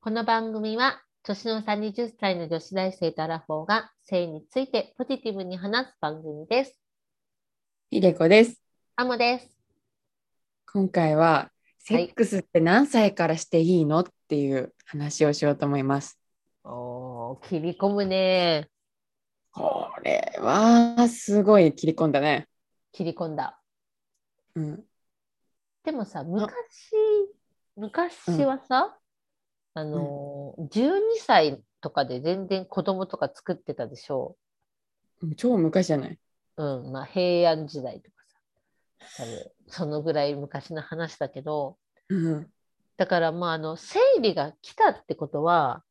この番組は年の差20歳の女子大生とアラフォーが性についてポジティブに話す番組です。ひでこです。アモです。今回は、セいックスって何歳からしていいのっていう話をしようと思います。おー、切り込むね。これはすごい切り込んだね。切り込んだ。うん。でもさ、昔、昔はさ、あのー、12歳とかで全然子供とか作ってたでしょ超昔じゃない。うん、まあ平安時代とかさ、多分そのぐらい昔の話だけど、うん。だからまああの生理が来たってことは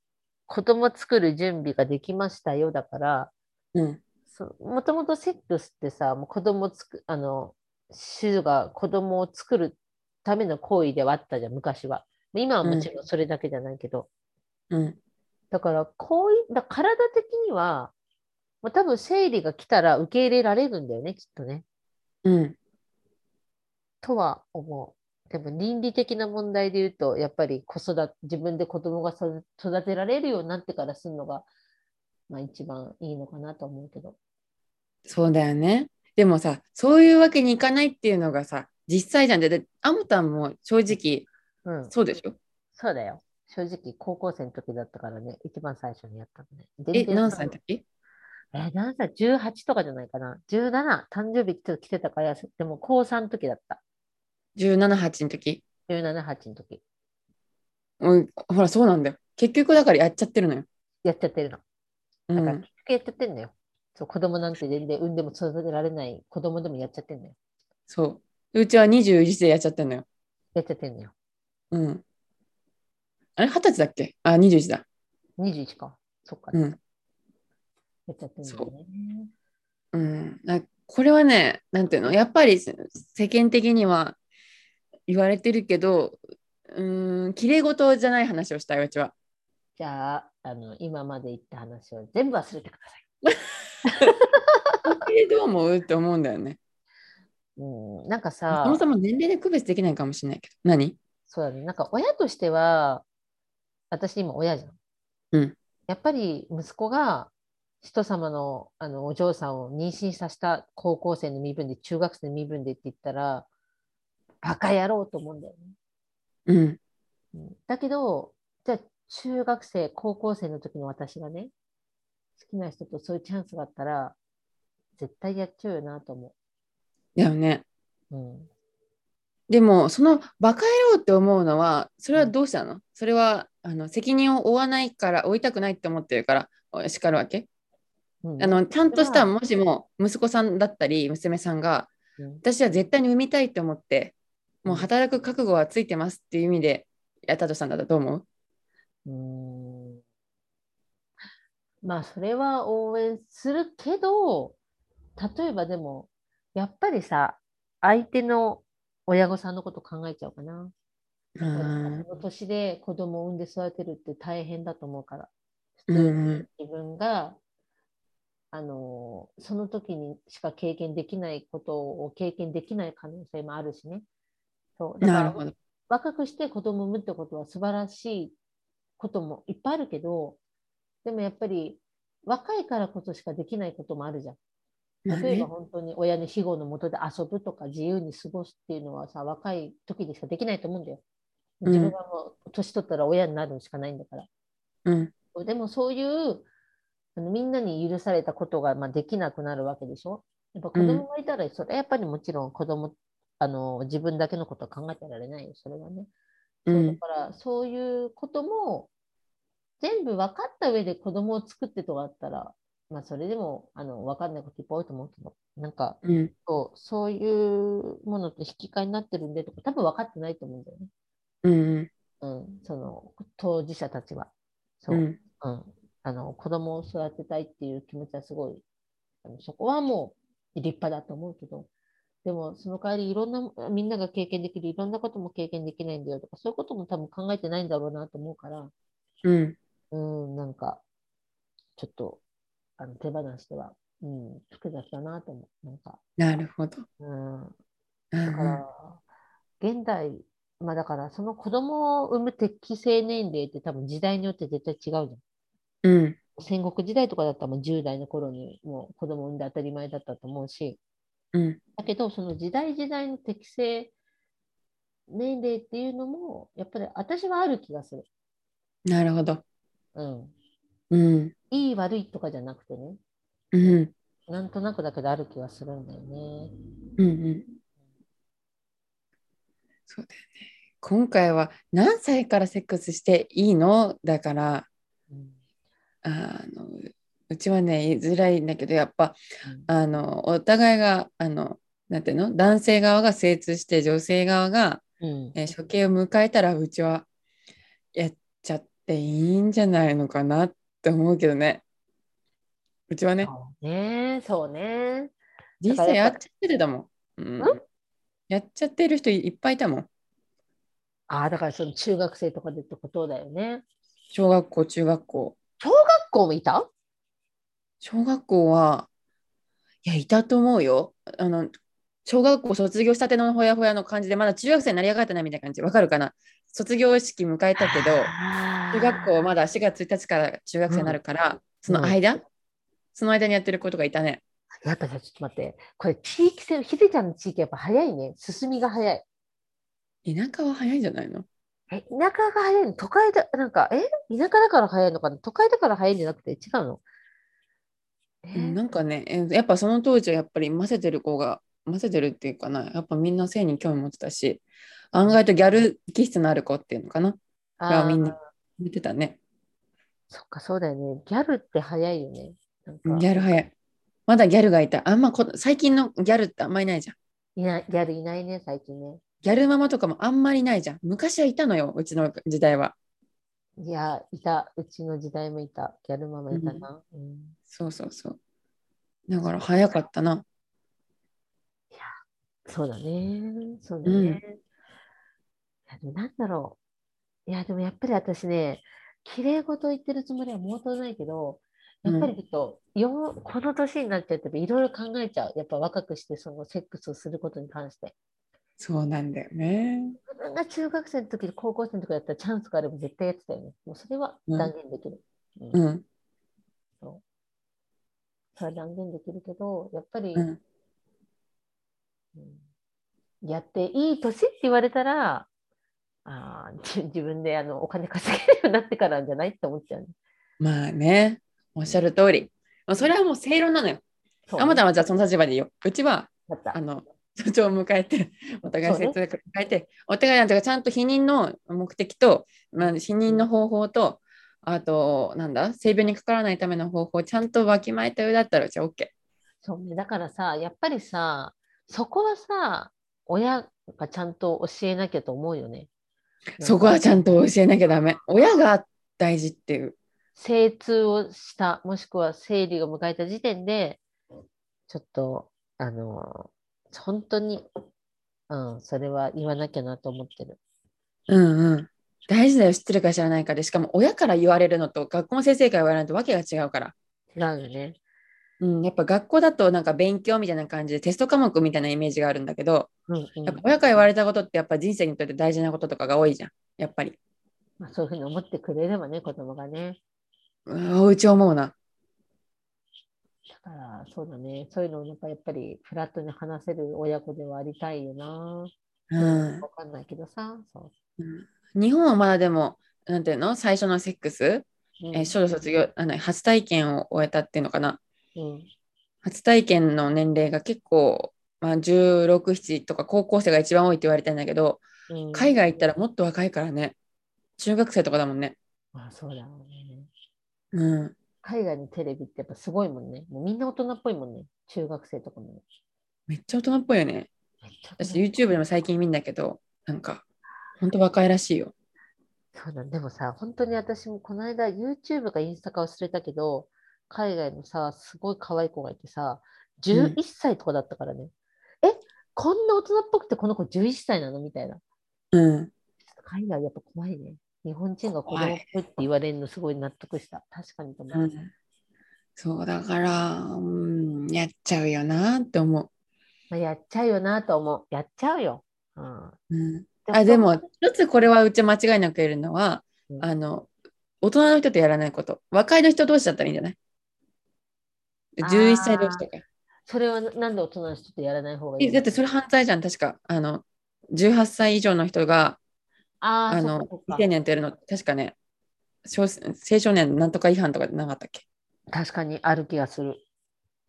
子供作る準備ができましたよだからうん。そもともとセックスってさもう子供つくあの主が子供を作るための行為ではあったじゃん昔は今はもちろんそれだけじゃないけど、うん。だからこういだ体的には、まあ、多分生理が来たら受け入れられるんだよねきっとねうん。とは思う。でも倫理的な問題で言うと、やっぱり子育て、自分で子供が育育てられるようになってからするのが、まあ一番いいのかなと思うけど。そうだよね。でもさ、そういうわけにいかないっていうのがさ、実際じゃん。でで、あもたんも正直、うん、そうでしょそうだよ。正直、高校生の時だったからね、一番最初にやったのね。え、全然何歳の時え、何歳 ?18 とかじゃないかな。17、誕生日ちょっと来てたから、でも高3の時だった。 ?17、8の時。 17、8の時。うん、ほら、そうなんだよ。結局だからやっちゃってるのよ。やっちゃってるの。うだから、ん結。局やっちゃってんのよ。そう子供なんて全然産んでも育てられない子供でもやっちゃってんのよ。そう。うちは21でやっちゃってるのよ。やっちゃってんのよ。うん。あれ、二十歳だっけあ、21だ。 21か。そっか。うん。やっちゃってんだよね。うん。なこれはね、なんていうの、やっぱりせ世間的には言われてるけど、うーん、綺麗事じゃない話をしたい、うちは。じゃああの、今まで言った話を全部忘れてください。えどう思うって思うんだよね。うん、なんかそさ、もそも年齢で区別できないかもしれないけど。何そうだね、なんか親としては、私今親じゃん。うんやっぱり息子が人様のあのお嬢さんを妊娠させた高校生の身分で、中学生の身分でって言ったら、バカ野郎と思うんだよね。うん。うんだけど、じゃあ中学生、高校生の時の私がね、好きな人とそういうチャンスがあったら、絶対やっちゃうよなと思だよね。う。うん、でも、そのバカ野郎って思うのは、それはどうしたのそれはあの責任を負わないから、負いたくないって思ってるから、叱るわけうんあのちゃんとしたうもしも息子さんだったり娘さんがうん私は絶対に産みたいと思ってもう働く覚悟はついてますっていう意味でやったとしたんだったと思ううーんまあ、それは応援するけど、例えばでも、やっぱりさ、相手の親御さんのこと考えちゃうかな。うこんの年で子供を産んで育てるって大変だと思うから。うんうん自分が、あのーその時にしか経験できないことを経験できない可能性もあるしね。そうだからなるほど若くして子供を産むってことは素晴らしいこともいっぱいあるけど、でもやっぱり若いからこそしかできないこともあるじゃん。まあ例えばね本当に親の庇護の下で遊ぶとか自由に過ごすっていうのはさ、若い時にしかできないと思うんだよ。うん自分がもう年取ったら親になるしかないんだから。うんでもそういうあのみんなに許されたことが、まあ、できなくなるわけでしょやっぱ子供がいたら、それはやっぱりもちろん子供あの自分だけのことは考えてられないよ、それはね。うだんからそういうことも全部分かった上で子供を作ってとかだったら、まあ、それでもあの分かんないこといっぱい多いと思うけど、なんかうんこうそういうものと引き換えになってるんでとか、多分分かってないと思うんだよね。うんうん、その当事者たちは。そうう、んうん、あの子供を育てたいっていう気持ちはすごい、あのそこはもう立派だと思うけど、でもその代わりいろんな、みんなが経験できるいろんなことも経験できないんだよとか、そういうことも多分考えてないんだろうなと思うから、うんうん、なんか、ちょっと、あの手放しては、うん、複雑だなと思う。なんか、なるほどうん、うんだから、現代まあだから、その子供を産む適正年齢って多分時代によって絶対違うじゃん。うん。戦国時代とかだったらもう10代の頃にもう子供産んで当たり前だったと思うし、うん。だけどその時代時代の適正年齢っていうのも、やっぱり私はある気がする。なるほど。うん。うん。いい悪いとかじゃなくてね、うん。なんとなくだけどある気がするんだよね。うんうん。そうだよね。今回は何歳からセックスしていいのだから、うんあの、うちはね、言いづらいんだけど、やっぱ、うんあの、お互いが、あの、なんていうの男性側が精通して、女性側が、うんえー処刑を迎えたら、うちは、やっちゃっていいんじゃないのかなって思うけどね。うちはね。そうね、そうね。実際やっちゃってるだもん。うんんやっちゃってる人いっぱいいたもん。ああ、だからその中学生とかでってことだよね。小学校、中学校。学校もいた小学校は、いや、いたと思うよ。あの、小学校卒業したてのほやほやの感じで、まだ中学生になりやがってないみたいな感じ。わかるかな卒業式迎えたけど、中中学校まだ4月1日から中学生になるから、その間、その間にやってる子とかいたね。やっぱさ、ちょっと待って。これ、地域性、ひでちゃんの地域やっぱ早いね。進みが早い。田舎は早いんじゃないのえ、田舎が早いの都会だ、なんか、え田舎だから早いのかな都会だから早いんじゃなくて違うのえうんなんかね、えーやっぱその当時はやっぱり混ぜてる子が、混ぜてるっていうかな、やっぱみんな性に興味持ってたし、案外とギャル気質のある子っていうのかな、あーがみんな見てたね。そっか、そうだよね。ギャルって早いよね。なんうんかギャル早い。まだギャルがいた。あんまこ最近のギャルってあんまりいないじゃん。いない、ギャルいないね、最近ね。ギャルママとかもあんまりいないじゃん。昔はいたのよ、うちの時代は。いや、いた。うちの時代もいた。ギャルママいたな。うんそうそうそう。だから早かったな。そうだね。そうだね。うんいやでもなんだろう。いや、でもやっぱり私ね、綺麗事言ってるつもりは毛頭ないけど、やっぱりちょっと、よこの年になっちゃっていろいろ考えちゃう。やっぱ若くしてそのセックスをすることに関して。そうなんだよね。自分が中学生の時、高校生の時だったらチャンスがあれば絶対やってたよね。もうそれは断言できる。うんうん。それは断言できるけど、やっぱり、うんうんやっていい年って言われたら、あーじ自分であのお金稼げるようになってからじゃないって思っちゃうね。まあね、おっしゃる通り。まあそれはもう正論なのよ。そうあまたはじゃあその立場でいいよ。うちはだったあの社長を迎え て、お互いそうね説明を迎えて、お互いなんていうかちゃんと否認の目的と、まあ、否認の方法と、あと、なんだ、性病にかからないための方法をちゃんとわきまえた上だったら、じゃあ OK。そうね、だからさ、やっぱりさ、そこはさ、親がちゃんと教えなきゃと思うよね。そこはちゃんと教えなきゃダメ。親が大事っていう。精通をした、もしくは生理を迎えた時点で、ちょっと、あの、本当に、うん、それは言わなきゃなと思ってる。うんうん。大事だよ、知ってるか知らないかで、しかも親から言われるのと、学校の先生から言われるのとわけが違うから。違うよね。うん、やっぱ学校だとなんか勉強みたいな感じでテスト科目みたいなイメージがあるんだけど、うんうんやっぱ親から言われたことってやっぱ人生にとって大事なこととかが多いじゃん。やっぱり。まあ、そういうふうに思ってくれればね、子供がね。うわおうち思うな。だから、そうだね。そういうのをなんかやっぱりフラットに話せる親子ではありたいよな。うんわ。かんないけどさ。そ日本はまだでも、なんていうの最初のセックス、う。うんえー、少女卒業、あの、初体験を終えたっていうのかな。うん。初体験の年齢が結構、まあ、16、7とか高校生が一番多いって言われてんだけど、うん海外行ったらもっと若いからね。中学生とかだもんね。まあ、そうだろうね。うん。海外のテレビってやっぱすごいもんね。もうみんな大人っぽいもんね。中学生とかも。めっちゃ大人っぽいよね。めっちゃ大私人 YouTube でも最近見んだけど、なんか、ほんと若いらしいよ。そうだ。でもさ、本当に私もこの間 YouTube かインスタか忘れたけど、海外のさ、すごい可愛い子がいてさ、11歳とかだったからね。え、こんな大人っぽくてこの子11歳なのみたいな。うん。海外やっぱ怖いね。日本人が子怖供いっぽいって言われるのすごい納得した。確かにと思うう。んそうだから、うん、やっちゃうよなって思まあ、やっちゃうよなと思う。やっちゃうよ。うん、う。うん、あでも、一つこれはうち間違いなく言えるのは、うんあの、大人の人とやらないこと。若いの人同士だったらいいんじゃないあー ?11 歳同士とか。それはなんで大人の人とやらない方がいいえのだってそれ犯罪じゃん、確か。あの、18歳以上の人が、あーあそっのかそっ、か未成年とやるの、確かね、少青少年なんとか違反とかなかったっけ確かにある気がする。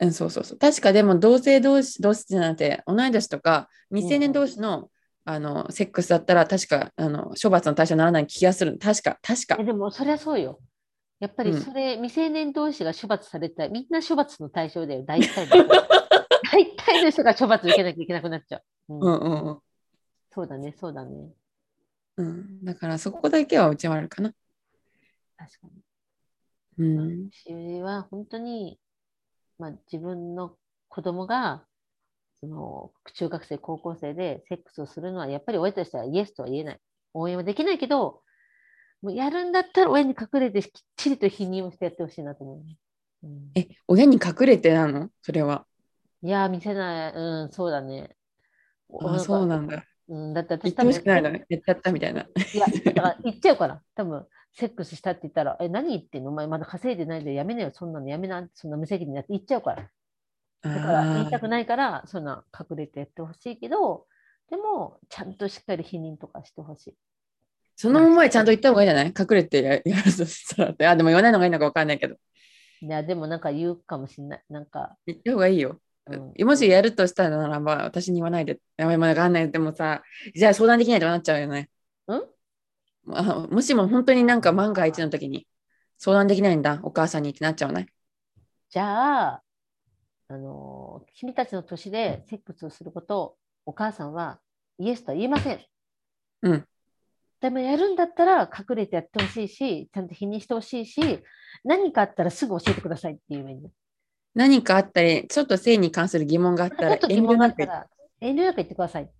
うん、そうそうそう。確かでも同性同士、同士じゃなくて、同い年とか未成うんう年ん同士の、あのセックスだったら確かあの処罰の対象にならない気がする確か確かえでもそりゃそうよ。やっぱうりんそれ、未成年同士が処罰されたらみんな処罰の対象だよ、大体の人。 大体の人が処罰受けなきゃいけなくなっちゃう。うんうんうんうんそうだね、そうだね。うん、だからそこだけはうちはあるかな。確かに。うん、私は本当に、まあ、自分の子供がその中学生、高校生でセックスをするのはやっぱり親としてはイエスとは言えない。応援はできないけど、もうやるんだったら親に隠れてきっちりと否認をしてやってほしいなと思うね。うんえ、親に隠れてなのそれは。いやー、見せない。うん、そうだね。おあそうなんかなんだ。うん、だって私言って多分ほしくないのね。やっちゃったみたいな。いや、だから言っちゃうから、多分セックスしたって言ったら、え、何言ってんのお前まだ稼いでないでやめなよ、そんなのやめな、そんな無責任なって言っちゃうから。だから言いたくあないから、そんな隠れてやってほしいけど、でも、ちゃんとしっかり否認とかしてほしい。ーその思いちゃんと言った方がいいんじゃない隠れてややるとしたらって。あ、でも言わないのがいいのか分かんないけど。いや、でもなんか言うかもしんない。なんか、言った方がいいよ。うんもしやるとしたらならば、私に言わないで。やばい、分かんない。でもさ、じゃあ相談できないとなっちゃうよね。んあもしも本当になんか万が一の時に相談できないんだ、お母さんにってなっちゃうね。じゃあ、あのー君たちの年でセックスをすることをお母さんはイエスとは言えません。うん。でもやるんだったら隠れてやってほしいし、ちゃんと否認してほしいし、何かあったらすぐ教えてくださいっていう面に。何かあったり、ちょっと性に関する疑問があっちたょら、っと疑問があった遠慮なくら遠慮なく言ってください。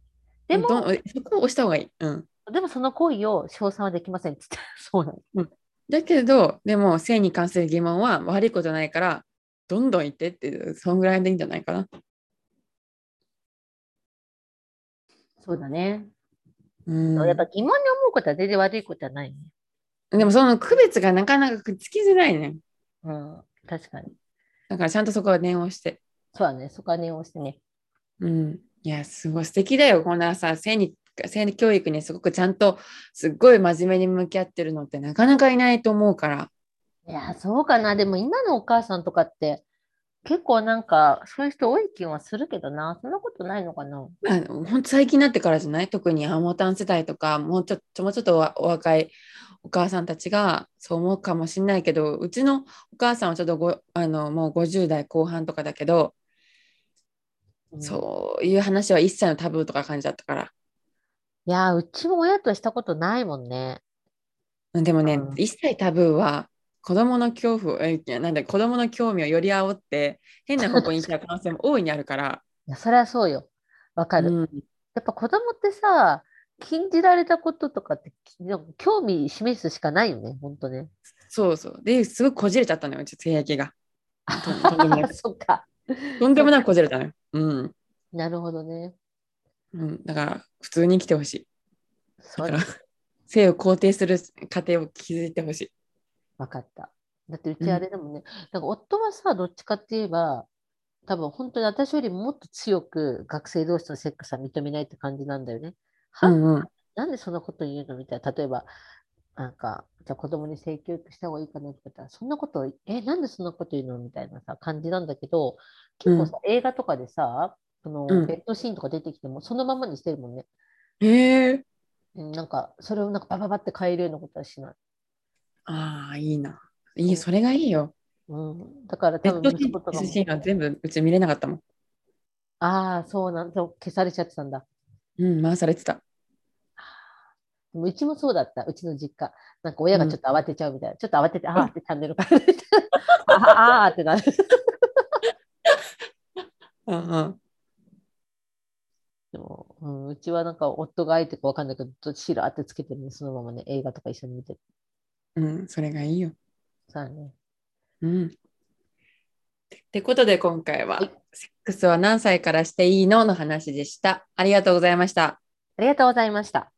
でも、どんそこを押した方がいい。うん、でもその行為を称賛はできませんっつって、 そうなの。だけど、でも性に関する疑問は悪いことないから、どんどん言ってっていう、そんぐらいでいいんじゃないかな。そうだね。うん、やっぱ疑問に思うことは全然悪いことはないね。でもその区別がなかなかくっつきづらいね。うん、確かに。だからちゃんとそこは念を押して。そうだね。そこは念を押してね。うん、いや、すごい素敵だよ。こんなさ、性に性教育にすごくちゃんと、すっごい真面目に向き合ってるのってなかなかいないと思うから。いや、そうかな。でも今のお母さんとかって、結構なんか、そういう人多い気はするけどな。そんなことないのかな。まあ、ほんと最近になってからじゃない特にアモタン世代とかもうちょっともうちょっとおお若いお母さんたちがそう思うかもしれないけどうちのお母さんはちょっとごあのもう50代後半とかだけど、そういう話は一切のタブーとか感じだったからうん。いや、うちも親としたことないもんね。うんでもね、うん一切タブーは子供の恐怖をえいやなんだ子供の興味をより煽って変な方向に行っちゃう可能性も大いにあるから、いや、そりゃそうよ。わかる。うんやっぱ子供ってさ、禁じられたこととかって、きなんか興味示すしかないよね。ほんとね。そうそうですごいこじれちゃったのようち性 癖がととんでもなくそっか。とんでもなくこじれたのよ。うんなるほどね。うん、だから普通に生きてほしい。そだう から性を肯定する過程を築いてほしい。わかった。だってううんちあれだもんね、なんか夫はさ、どっちかって言えば、多分本当に私よりもっと強く学生同士のセックスは認めないって感じなんだよね。は、うんうん、なんでそんなこと言うのみたいな。例えば、なんか、じゃあ子供に性教育した方がいいかなとか言ったら、そんなこと、え、なんでそんなこと言うのみたいなさ、感じなんだけど、結構さ、映画とかでさ、そのうんベッドシーンとか出てきても、そのままにしてるもんね。へえうんなんか、それをなんかバババって変えるようなことはしない。ああ、いいな。いい、それがいいよ。うん、だからベ多ッド分シ息ーン子とかキもスシーンは全部うち見れなかったもん。ああ、そうなんだ。消されちゃってたんだ。うん、回されてた。でもうちもそうだった。うちの実家。なんか親がちょっと慌てちゃうみたいな。ちょっと慌てて、ああってチャンネル変えて。あああーってなる。うんうん、でも、うん、うちはなんか夫が相手かわかんないけど、ずっと白ってつけてるんで、そのままね、映画とか一緒に見てる。うん、それがいいよ。さあね。うん。ってことで今回は、はいセックスは何歳からしていいのの話でした。ありがとうございました。ありがとうございました。